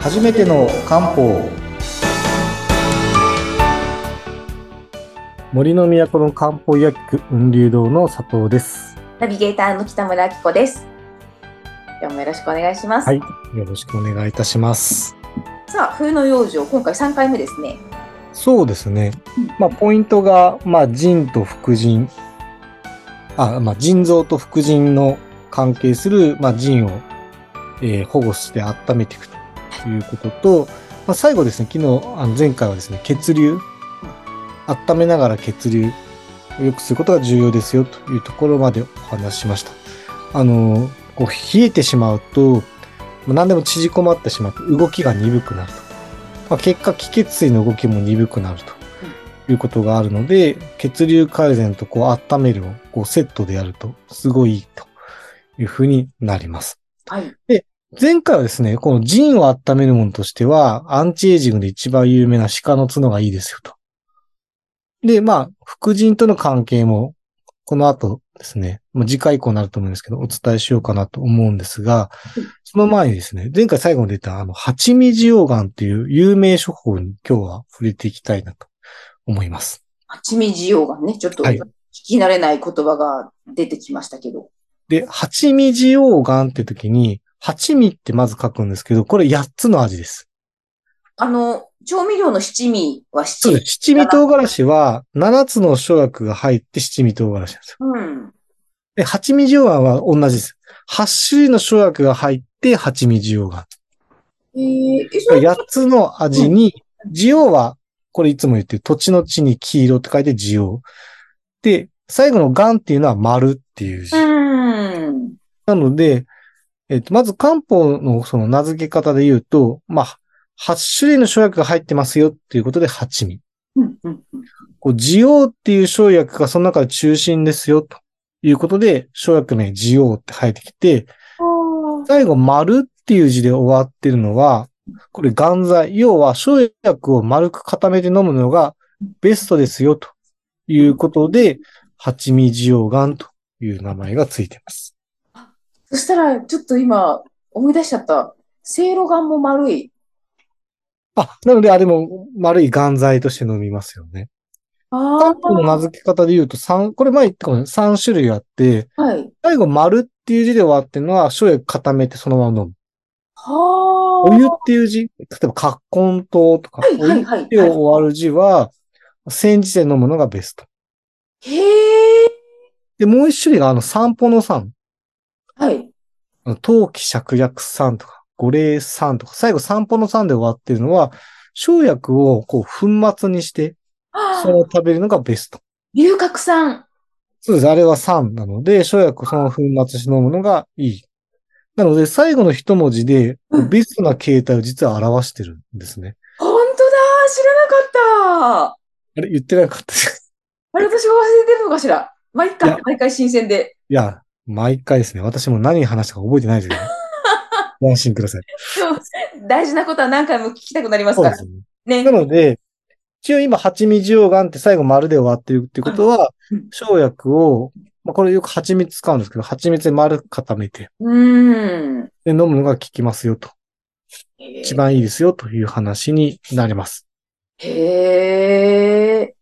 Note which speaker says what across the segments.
Speaker 1: 初めての漢方森の都の漢方薬局雲龍堂の佐藤です
Speaker 2: ナビゲーターの北村明子です。今日もよろしくお願いします。
Speaker 1: はいよろしくお願いいたします
Speaker 2: さあ、冬の養生、今回3回目ですね。
Speaker 1: そうですね
Speaker 2: うん。
Speaker 1: まあ、ポイントが、まあ、腎と副腎。あ、まあ、腎臓と副腎の関係する、まあ、腎を、えー保護して温めていくということと、まあ、最後ですね、昨日、あの前回はですね、血流。温めながら血流を良くすることが重要ですよというところまでお話ししました。あの、こう冷えてしまうと、まあ何でも縮こまってしまって動きが鈍くなると。まあ、結果、気血水の動きも鈍くなるということがあるので、血流改善とこう温めるをこうセットでやると、すごいいいというふうになります。
Speaker 2: はい。
Speaker 1: 前回はですね、この腎を温めるものとしては、アンチエイジングで一番有名な鹿の角がいいですよと。で、まあ、副腎との関係も、この後ですね、まあ次回以降になると思うんですけど、お伝えしようかなと思うんですが
Speaker 2: うん、
Speaker 1: その前にですね、前回最後に出た、あの、八味溶岩という有名処方に今日は触れていきたいなと思います。
Speaker 2: 八味需要がね、ちょっと
Speaker 1: はい
Speaker 2: 聞き慣れない言葉が出てきましたけど。
Speaker 1: で、八味溶岩って時に、八味ってまず書くんですけど、これ8つの味です。
Speaker 2: あの、調味料の七味は七
Speaker 1: そう
Speaker 2: 味。
Speaker 1: です。七味唐辛子は、7つの生薬が入って七味唐辛子なんですよ。
Speaker 2: うん。
Speaker 1: で、八味塩丸は同じです。8種類の生薬が入って八味塩丸。
Speaker 2: えー、え、それ
Speaker 1: 8つの味に、塩は、これいつも言ってる土地の地に黄色って書いて塩。で、最後の岩っていうのは丸っていう字。
Speaker 2: うん。
Speaker 1: なので、えっと、まず漢方のその名付け方で言うと、まあ、8種類の生薬が入ってますよっていうことで八味。
Speaker 2: うん。うん。
Speaker 1: こう、ジオウっていう生薬がその中で中心ですよ、ということで、生薬名ジオウって入ってきて、
Speaker 2: うん
Speaker 1: 最後、丸っていう字で終わってるのは、これ、元剤。要は、生薬を丸く固めて飲むのがベストですよ、ということで、八味ジオウガンという名前がついてます。
Speaker 2: そしたら、ちょっと今、思い出しちゃった。せいろがんも丸い。
Speaker 1: あ、なので、あれも丸い元剤として飲みますよね。
Speaker 2: あ
Speaker 1: 漢方の名付け方で言うと、三、これ前言ったかもね、3種類あって、
Speaker 2: あ。はい。
Speaker 1: 最後、丸っていう字で終わってるのは、生薬固めてそのまま飲む。
Speaker 2: はあ。
Speaker 1: お湯っていう字、例えば、葛根湯とか、
Speaker 2: はい
Speaker 1: お
Speaker 2: は
Speaker 1: 湯
Speaker 2: い
Speaker 1: っ
Speaker 2: はい。
Speaker 1: て終わる字は、煎じて飲むのがベスト。
Speaker 2: へえ。
Speaker 1: で、もう一種類が、あの、散歩の散。
Speaker 2: はい。
Speaker 1: あの陶器芍薬散とか、五霊散とか、最後散歩の散で終わってるのは、生薬をこう、粉末にして、
Speaker 2: あ
Speaker 1: それを食べるのがベスト。
Speaker 2: 龍角散。
Speaker 1: そうです。あれは酸なので、生薬をその粉末して飲むのがいい。なので、最後の一文字で
Speaker 2: う、ん
Speaker 1: ベストな形態を実は表してるんですね。
Speaker 2: 本当だ知らなかった
Speaker 1: あれ、言ってなかったです
Speaker 2: あれ、私が忘れてるのかしら毎
Speaker 1: いや
Speaker 2: 回、毎回新鮮で。
Speaker 1: いや、毎回ですね。私も何話したか覚えてないです けど。ご安心ください。
Speaker 2: 大事なことは何回も聞きたくなります
Speaker 1: そう
Speaker 2: か
Speaker 1: で
Speaker 2: ら。
Speaker 1: すね。
Speaker 2: ね
Speaker 1: な。ので、一応今、蜂蜜溶岩って最後丸で終わってるってことは
Speaker 2: うん、
Speaker 1: 生薬を、まあ、これよく蜂蜜使うんですけど、蜂蜜で丸く固めて、
Speaker 2: うーん。
Speaker 1: で、飲むのが効きますよと。一番いいですよという話になります。
Speaker 2: へえ。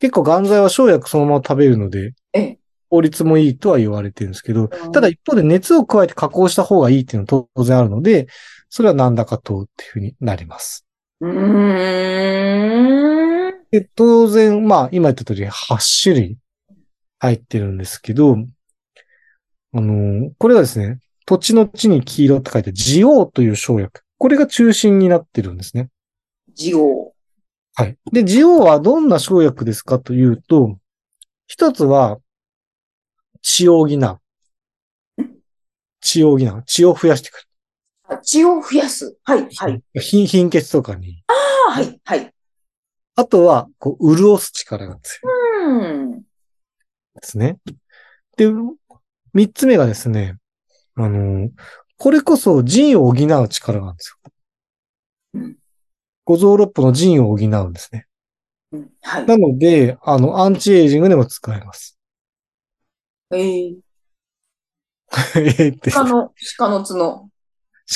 Speaker 1: 結構、元剤は生薬そのまま食べるので
Speaker 2: ええ、
Speaker 1: 効率もいいとは言われてるんですけど、
Speaker 2: うん
Speaker 1: ただ、一方で熱を加えて加工した方がいいっていうのは当然あるので、それは何らかとっていうふうになります。
Speaker 2: うーん。
Speaker 1: で、当然、まあ、今言った通り8種類入ってるんですけど、あのーこれはですね、土地の地に黄色って書いて、ジオウという生薬。これが中心になってるんですね。
Speaker 2: ジオ
Speaker 1: はい。で、ジオウはどんな生薬ですかというと、一つは、血を補う。血を補う。血を増やしてく
Speaker 2: あ血を増やす。はい、はい。
Speaker 1: る。貧貧血とかに。
Speaker 2: あはい、はい。
Speaker 1: あとは、こう、潤す力が強い。
Speaker 2: うん。
Speaker 1: ですね。で、三つ目がですね、あの、これこそ腎を補う力なんです
Speaker 2: う
Speaker 1: よ
Speaker 2: ん。
Speaker 1: 五臓六腑の腎を補うんですね。
Speaker 2: うんはい。
Speaker 1: なので、あの、アンチエイジングでも使えます。
Speaker 2: えー、
Speaker 1: えーって
Speaker 2: 鹿の、鹿の角。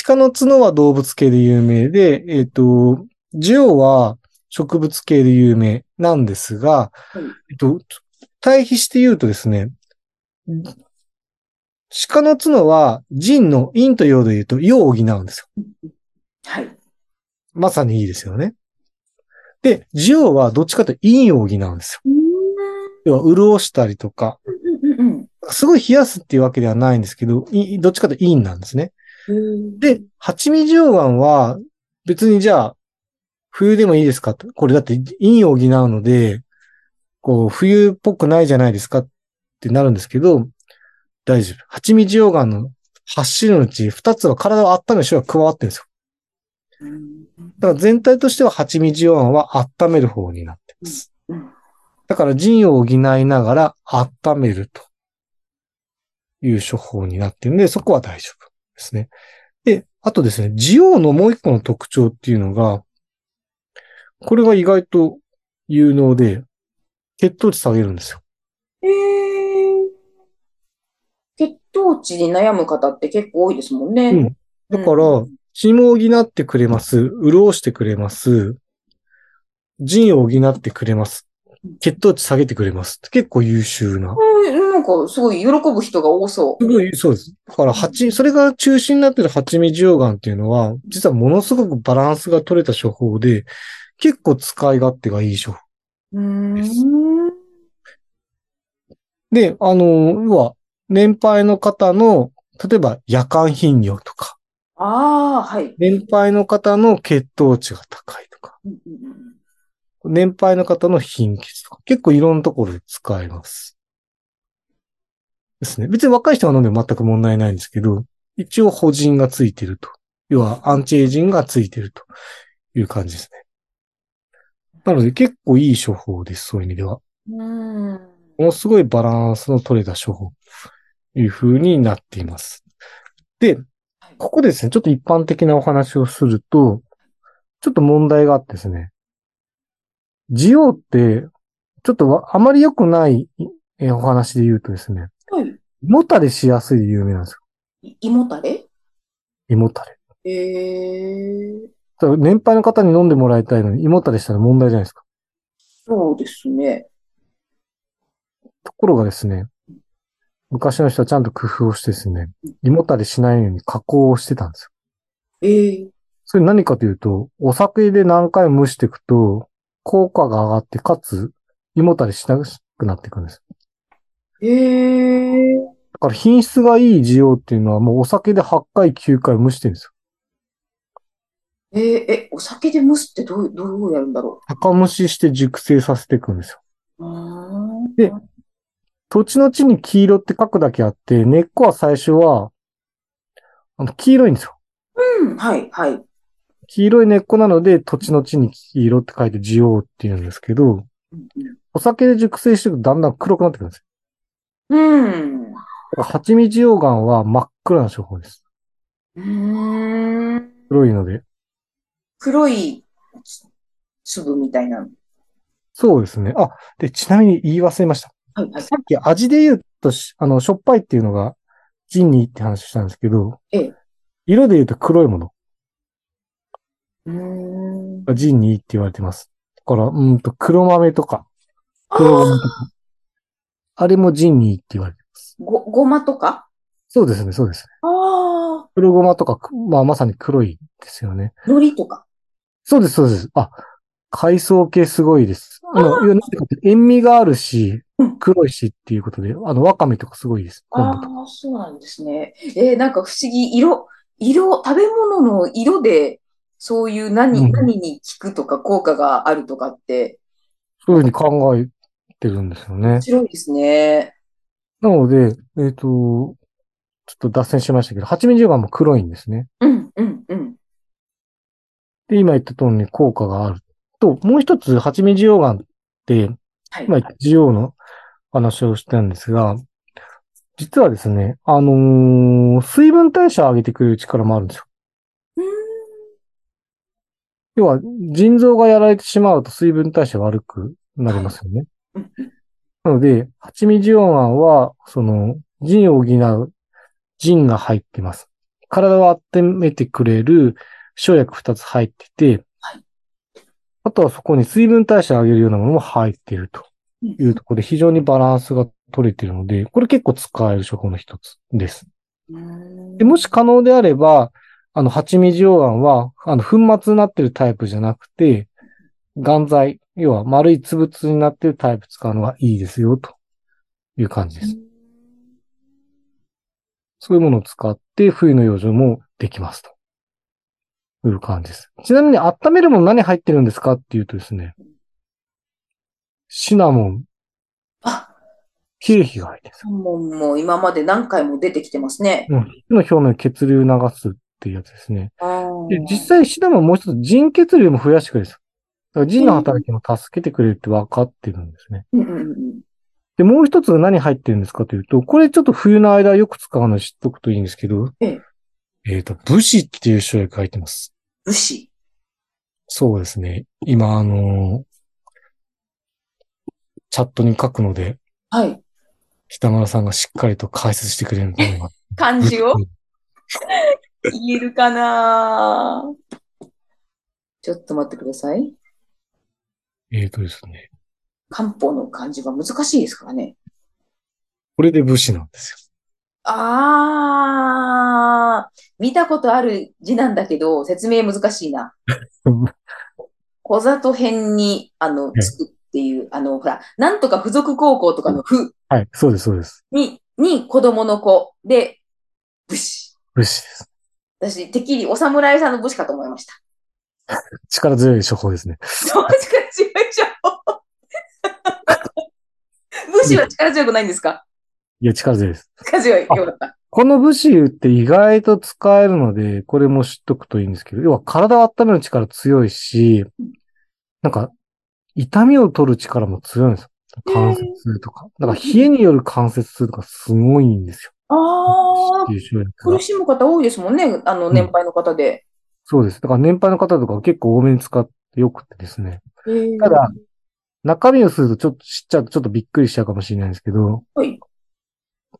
Speaker 1: 鹿の角は動物系で有名で、えっ、と、ジオは植物系で有名なんですが、
Speaker 2: い
Speaker 1: えっと、対比して言うとですね、鹿の角は人の陰と陽で言うと陽を補うんですよ。
Speaker 2: はい。
Speaker 1: まさにいいですよね。で、ジオはどっちかというと陰を補うんですよ。
Speaker 2: うん。
Speaker 1: 要は潤したりとか、
Speaker 2: うんうん
Speaker 1: すごい冷やすっていうわけではないんですけど、いどっちかというと陰なんですね。
Speaker 2: うん。
Speaker 1: で、八味上腕は、別にじゃあ、冬でもいいですかとこれだって陰を補うので、こう、冬っぽくないじゃないですかってなるんですけど、大丈夫。八味上腕の8種類のうち2つは体を温める種が加わってるんですよ。
Speaker 2: うん
Speaker 1: だから全体としては八味上腕は温める方になってます
Speaker 2: うんうん。
Speaker 1: だから腎を補いながら温めるという処方になってるんで、そこは大丈夫ですね。で、あとですね、ジオウのもう一個の特徴っていうのが、これが意外と有能で、血糖値下げるんですよ。
Speaker 2: えー血糖値に悩む方って結構多いですもんね。
Speaker 1: うんだから、
Speaker 2: うん
Speaker 1: 血も補ってくれます。潤してくれます。腎を補ってくれます。血糖値下げてくれます。結構優秀な。
Speaker 2: うんなんか、すごい喜ぶ人が多そ
Speaker 1: すごい、そうです。だから、蜂、それが中心になってる蜂蜜溶岩っていうのは、実はものすごくバランスが取れた処方で、結構使い勝手がいい処方。
Speaker 2: う。うー
Speaker 1: です
Speaker 2: ん。
Speaker 1: で、あの、要は、年配の方の、例えば夜間頻尿とか、
Speaker 2: ああ、はい。
Speaker 1: 年配の方の血糖値が高いとか、
Speaker 2: うんうんうん
Speaker 1: 年配の方の貧血とか、結構いろんなところで使えます。ですね。別に若い人が飲んでも全く問題ないんですけど、一応補人がついてると。要はアンチエイジングがついてるという感じですね。なので結構いい処方です、そういう意味では。
Speaker 2: うん。
Speaker 1: ものすごいバランスの取れた処方という風になっています。で、ここですね、ちょっと一般的なお話をすると、ちょっと問題があってですね、ジオウって、ちょっとわあまり良くないえお話で言うとですね、
Speaker 2: はい。
Speaker 1: 胃もたれしやすいで有名なんですよ。
Speaker 2: い胃もたれ
Speaker 1: 胃もたれ。
Speaker 2: えー、
Speaker 1: だから年配の方に飲んでもらいたいのに胃もたれしたら問題じゃないですか。
Speaker 2: そうですね。
Speaker 1: ところがですね、昔の人はちゃんと工夫をしてですね、胃もたれしないように加工をしてたんですよ
Speaker 2: えー、
Speaker 1: それ何かというと、お酒で何回も蒸していくと、効果が上がって、かつ、胃もたれしなくなっていくんです。
Speaker 2: えー、
Speaker 1: だから品質がいい需要っていうのは、もうお酒で8回、9回蒸してるんですよ。
Speaker 2: えー、え、お酒で蒸すってどう、どうやるんだろ
Speaker 1: 高蒸しして熟成させていくんですよ。
Speaker 2: う。うーん
Speaker 1: で土地の地に黄色って書くだけあって、根っこは最初は、あの、黄色いんですよ。
Speaker 2: うん、はい、はい。
Speaker 1: 黄色い根っこなので、土地の地に黄色って書いて需要っていうんですけど、
Speaker 2: うんうん
Speaker 1: お酒で熟成していくとだんだん黒くなってくるんですよ。
Speaker 2: うん。
Speaker 1: だから蜂蜜溶岩は真っ黒な処方です。
Speaker 2: うーん。
Speaker 1: 黒いので。
Speaker 2: 黒いつ粒みたいな。はい
Speaker 1: そうですね。あ、で、ちなみに言い忘れました。
Speaker 2: はい。
Speaker 1: さっき味で言うとし、あの、しょっぱいっていうのが、ジンニーって話したんですけど、
Speaker 2: ええ
Speaker 1: 色で言うと黒いもの
Speaker 2: うーん。
Speaker 1: がジンニーって言われてます。だから、うーんと、黒豆とか、黒
Speaker 2: あ
Speaker 1: 豆とか。あれもジンニーって言われてる。
Speaker 2: ーご、ごまとか
Speaker 1: そうですね、そうですね。
Speaker 2: ああ。
Speaker 1: 黒ごまとか、くまあ、まさに黒いですよね。
Speaker 2: 海苔とか。
Speaker 1: そうです、そうです。あ、海藻系すごいです。あの、要はなんていうか塩味があるし
Speaker 2: うん、
Speaker 1: 黒いしっていうことで、あの、ワカメとかすごいです。昆
Speaker 2: あ
Speaker 1: 布とか
Speaker 2: あ、そうなんですね。えーなんか不思議、色、色、食べ物の色で、そういう何、
Speaker 1: うん
Speaker 2: 何に効くとか効果があるとかって、
Speaker 1: そういうふうに考えてるんですよね
Speaker 2: 面。白いですね。
Speaker 1: なので、えっ、と、ちょっと脱線しましたけど、蜂蜜ジョガも黒いんですね。
Speaker 2: うん、うん、うん。
Speaker 1: で、今言った通りに効果がある。と、もう一つ、蜂蜜ジョガって、
Speaker 2: はい。
Speaker 1: 今、ジオウの話をしたんですが、実はですね、あのー水分代謝を上げてくれる力もあるんですよ。
Speaker 2: うーん
Speaker 1: 要は、腎臓がやられてしまうと水分代謝悪くなりますよね。
Speaker 2: うん
Speaker 1: なので、蜂蜜ジオンは、その、腎を補う、腎が入ってます。体を温めてくれる生薬2つ入ってて、
Speaker 2: はい
Speaker 1: あとはそこに水分代謝を上げるようなものも入っていると
Speaker 2: うん
Speaker 1: いうところで、非常にバランスが取れているので、これ結構使える処方の一つです。
Speaker 2: うん
Speaker 1: でもし可能であれば、あの、蜂蜜溶岩は、あの、粉末になってるタイプじゃなくて、岩剤、要は丸い粒々になってるタイプ使うのがいいですよ、という感じです。そういうものを使って冬の養生もできますと。いう感じです。ちなみに温めるもの何入ってるんですかっていうとですね、シナモン、
Speaker 2: あ、
Speaker 1: 経費が入ってるんですよ。
Speaker 2: もうもう今まで何回も出てきてますね。
Speaker 1: うん皮膚の表面を血流を流すっていうやつですね。で実
Speaker 2: 実
Speaker 1: 際シナモンもう一つ腎血流も増やしてくれるんですよ。だから腎の働きも助けてくれるって分かってるんですね。
Speaker 2: うんうんうん
Speaker 1: で、もう一つ何入ってるんですかというと、これちょっと冬の間よく使うの知っとくといいんですけど、
Speaker 2: ええ
Speaker 1: えっ、と、武士っていう生薬入ってます。
Speaker 2: 武士。
Speaker 1: そうですね。今、あのチャットに書くので、
Speaker 2: はい。
Speaker 1: 北村さんがしっかりと解説してくれるの が。
Speaker 2: 漢字を言えるかなちょっと待ってください。
Speaker 1: えっとですね。
Speaker 2: 漢方の漢字は難しいですからね。
Speaker 1: これで武士なんです
Speaker 2: あー、見たことある字なんだけど、説明難しい な。
Speaker 1: よ。
Speaker 2: 小里編に、あの、
Speaker 1: え
Speaker 2: つくっていう、あの、ほら、なんとか付属高校とかのふ
Speaker 1: はい、そうです、そうです。
Speaker 2: に、に子供の子で、武士。
Speaker 1: 武士です。
Speaker 2: 私、てっきりお侍さんの武士かと思いました。
Speaker 1: 力強い処方ですね。
Speaker 2: そう、力強いじゃん。武士は力強くないんですか
Speaker 1: いや、力強いです。
Speaker 2: 力強い。よかった。
Speaker 1: この武士って意外と使えるので、これも知っとくといいんですけど、要は体を温める力強いし、なんか、痛みを取る力も強いんですよ。関節痛とか。だから冷えによる関節痛とかすごいんですよ。
Speaker 2: ああ
Speaker 1: って、いう種類が
Speaker 2: 苦しむ方多いですもんね。あの、
Speaker 1: ん
Speaker 2: 年配の方で。
Speaker 1: そうです。だから年配の方とかは結構多めに使ってよくてですね。
Speaker 2: ええ
Speaker 1: ただ、中身をするとちょっと知っちゃうとちょっとびっくりしちゃうかもしれないんですけど、
Speaker 2: はい。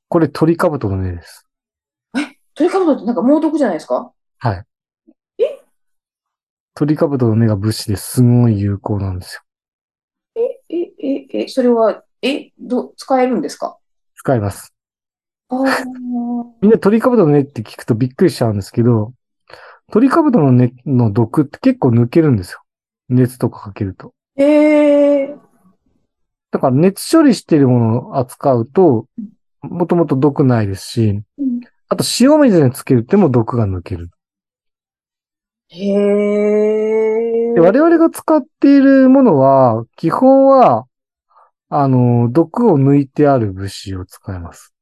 Speaker 1: これトリカブトの根です。
Speaker 2: トリカブトってなんか猛毒じゃないですか
Speaker 1: はい。
Speaker 2: え
Speaker 1: トリカブトの根が物資ですごい有効なんですよ。
Speaker 2: え、え、え、それは、え、ど、使えるんですか
Speaker 1: 使います。
Speaker 2: ああ。
Speaker 1: みんなトリカブトの根って聞くとびっくりしちゃうんですけど、トリカブトの根の毒って結構抜けるんですよ。熱とかかけると。
Speaker 2: え え
Speaker 1: だから熱処理してるものを扱うと、もともと毒ないですし、
Speaker 2: うん
Speaker 1: あと塩水につけるっても毒が抜ける。
Speaker 2: へえ。
Speaker 1: で我々が使っているものは、基本は、あの、毒を抜いてある物資を使います。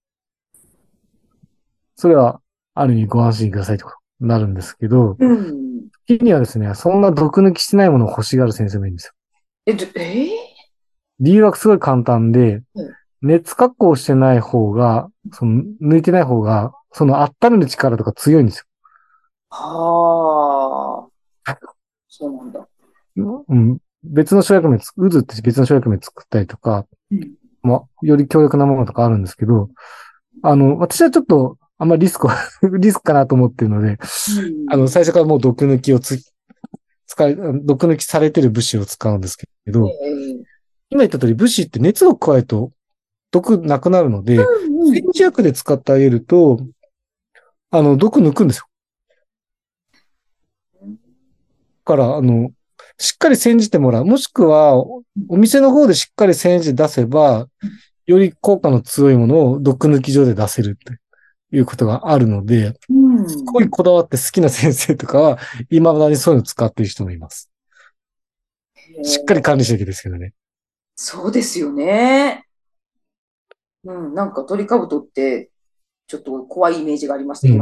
Speaker 1: それは、ある意味ご安心くださいってことになるんですけど、
Speaker 2: うん。
Speaker 1: 時にはですね、そんな毒抜きしてないものを欲しがる先生もいるんですよ。
Speaker 2: え、どえ
Speaker 1: 理由はすごい簡単で
Speaker 2: うん、
Speaker 1: 熱加工してない方が、その、抜いてない方が、その温める力とか強いんですよ
Speaker 2: はあ。そうなんだ。
Speaker 1: うん、別の生薬名つ、渦って別の生薬名作ったりとか、
Speaker 2: うん
Speaker 1: まあ、より強力なものとかあるんですけど、あの、私はちょっと、あんまりリスクは リスクかなと思ってるので、
Speaker 2: うん
Speaker 1: あの、最初からもう毒抜きをつ、使い、毒抜きされてる武士を使うんですけど、
Speaker 2: ええ
Speaker 1: 今言った通り武士って熱を加えると毒なくなるので、
Speaker 2: うん
Speaker 1: 煎じ薬で使ってあげると、あの、毒抜くんですよ。だから、あの、しっかり煎じてもらう。もしくは、おお店の方でしっかり煎じ出せば、より効果の強いものを毒抜き上で出せるっていうことがあるので、
Speaker 2: うん。
Speaker 1: すごいこだわって好きな先生とかは、未だにそういうの使ってる人もいます。しっかり管理しなきゃですけどね。
Speaker 2: そうですよね。うん、なんかトリカブトって、ちょっと怖いイメージがありますね。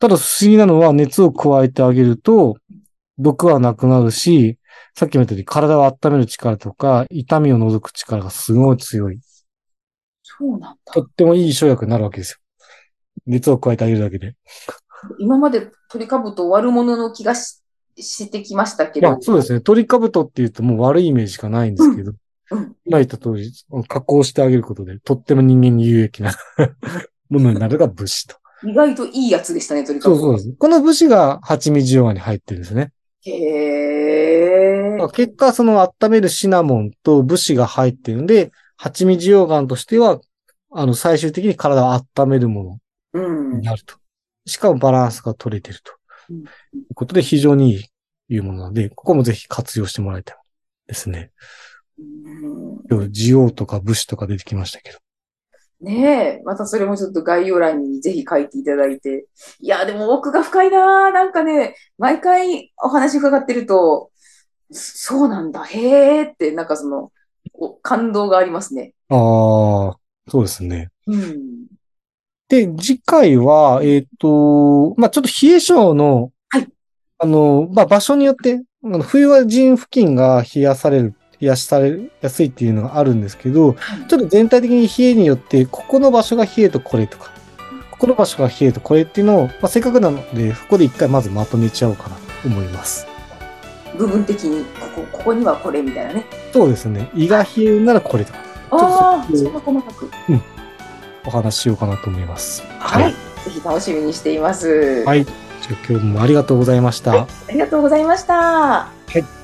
Speaker 1: ただ不思議なのは熱を加えてあげると、毒はなくなるし、さっきも言ったように体を温める力とか、痛みを除く力がすごい強い。
Speaker 2: そうなんだ
Speaker 1: と。ってもいい生薬になるわけですよ。熱を加えてあげるだけで。
Speaker 2: 今までトリカブト悪者の気がししてきましたけ
Speaker 1: まあ
Speaker 2: ど、
Speaker 1: そうですね。トリカブトって言うともう悪いイメージしかないんですけど、
Speaker 2: うんうん
Speaker 1: 今言った通 り、加工してあげることで、とっても人間に有益なものになるが物資と。
Speaker 2: 意外といいやつでしたね、鳥か
Speaker 1: そ
Speaker 2: ぶ。
Speaker 1: うそうです。この武士が八味十和に入ってるんですね。
Speaker 2: へ
Speaker 1: まあ
Speaker 2: ー。
Speaker 1: 結果、その温めるシナモンと武士が入ってるんで、蜂蜜溶岩としては、あの、最終的に体を温めるも
Speaker 2: うん
Speaker 1: のに。なると。しかもバランスが取れてると。
Speaker 2: うん
Speaker 1: いうことで、非常にいい、いうものなので、ここもぜひ活用してもらいたいですね。
Speaker 2: うん
Speaker 1: 今日、ジオウとか武士とか出てきましたけど。
Speaker 2: ねえ、またそれもちょっと概要欄にぜひ書いていただいて。いや、でも奥が深いなぁ。なんかね、毎回お話伺ってると、そそうなんだ、へーって、なんかその、お感動がありますね。
Speaker 1: ああ、そうですね。
Speaker 2: うん。
Speaker 1: で、次回は、えっ、と、まあ、ちょっと冷え性の、
Speaker 2: はい
Speaker 1: あの、まあ、場所によって、あの冬は陣付近が冷やされる、冷やしされるやすいっていうのがあるんですけど、
Speaker 2: はい
Speaker 1: ちょっと全体的に冷えによって、ここの場所が冷えとこれとか、ここの場所が冷えとこれっていうのを、まあ、せっかくなので、ここで一回まずまとめちゃおうかなと思います。
Speaker 2: 部分的に、ここ、ここにはこれみたいなね。
Speaker 1: そうですね。胃が冷えるならこれとか、
Speaker 2: ああ、
Speaker 1: ち
Speaker 2: そ
Speaker 1: ょっ
Speaker 2: んな細かく。
Speaker 1: お話ししようかなと思います。
Speaker 2: はい。。ぜひ楽しみにしています。
Speaker 1: はい。じゃあ今日もありがとうございました。
Speaker 2: ありがとうございました。
Speaker 1: はい。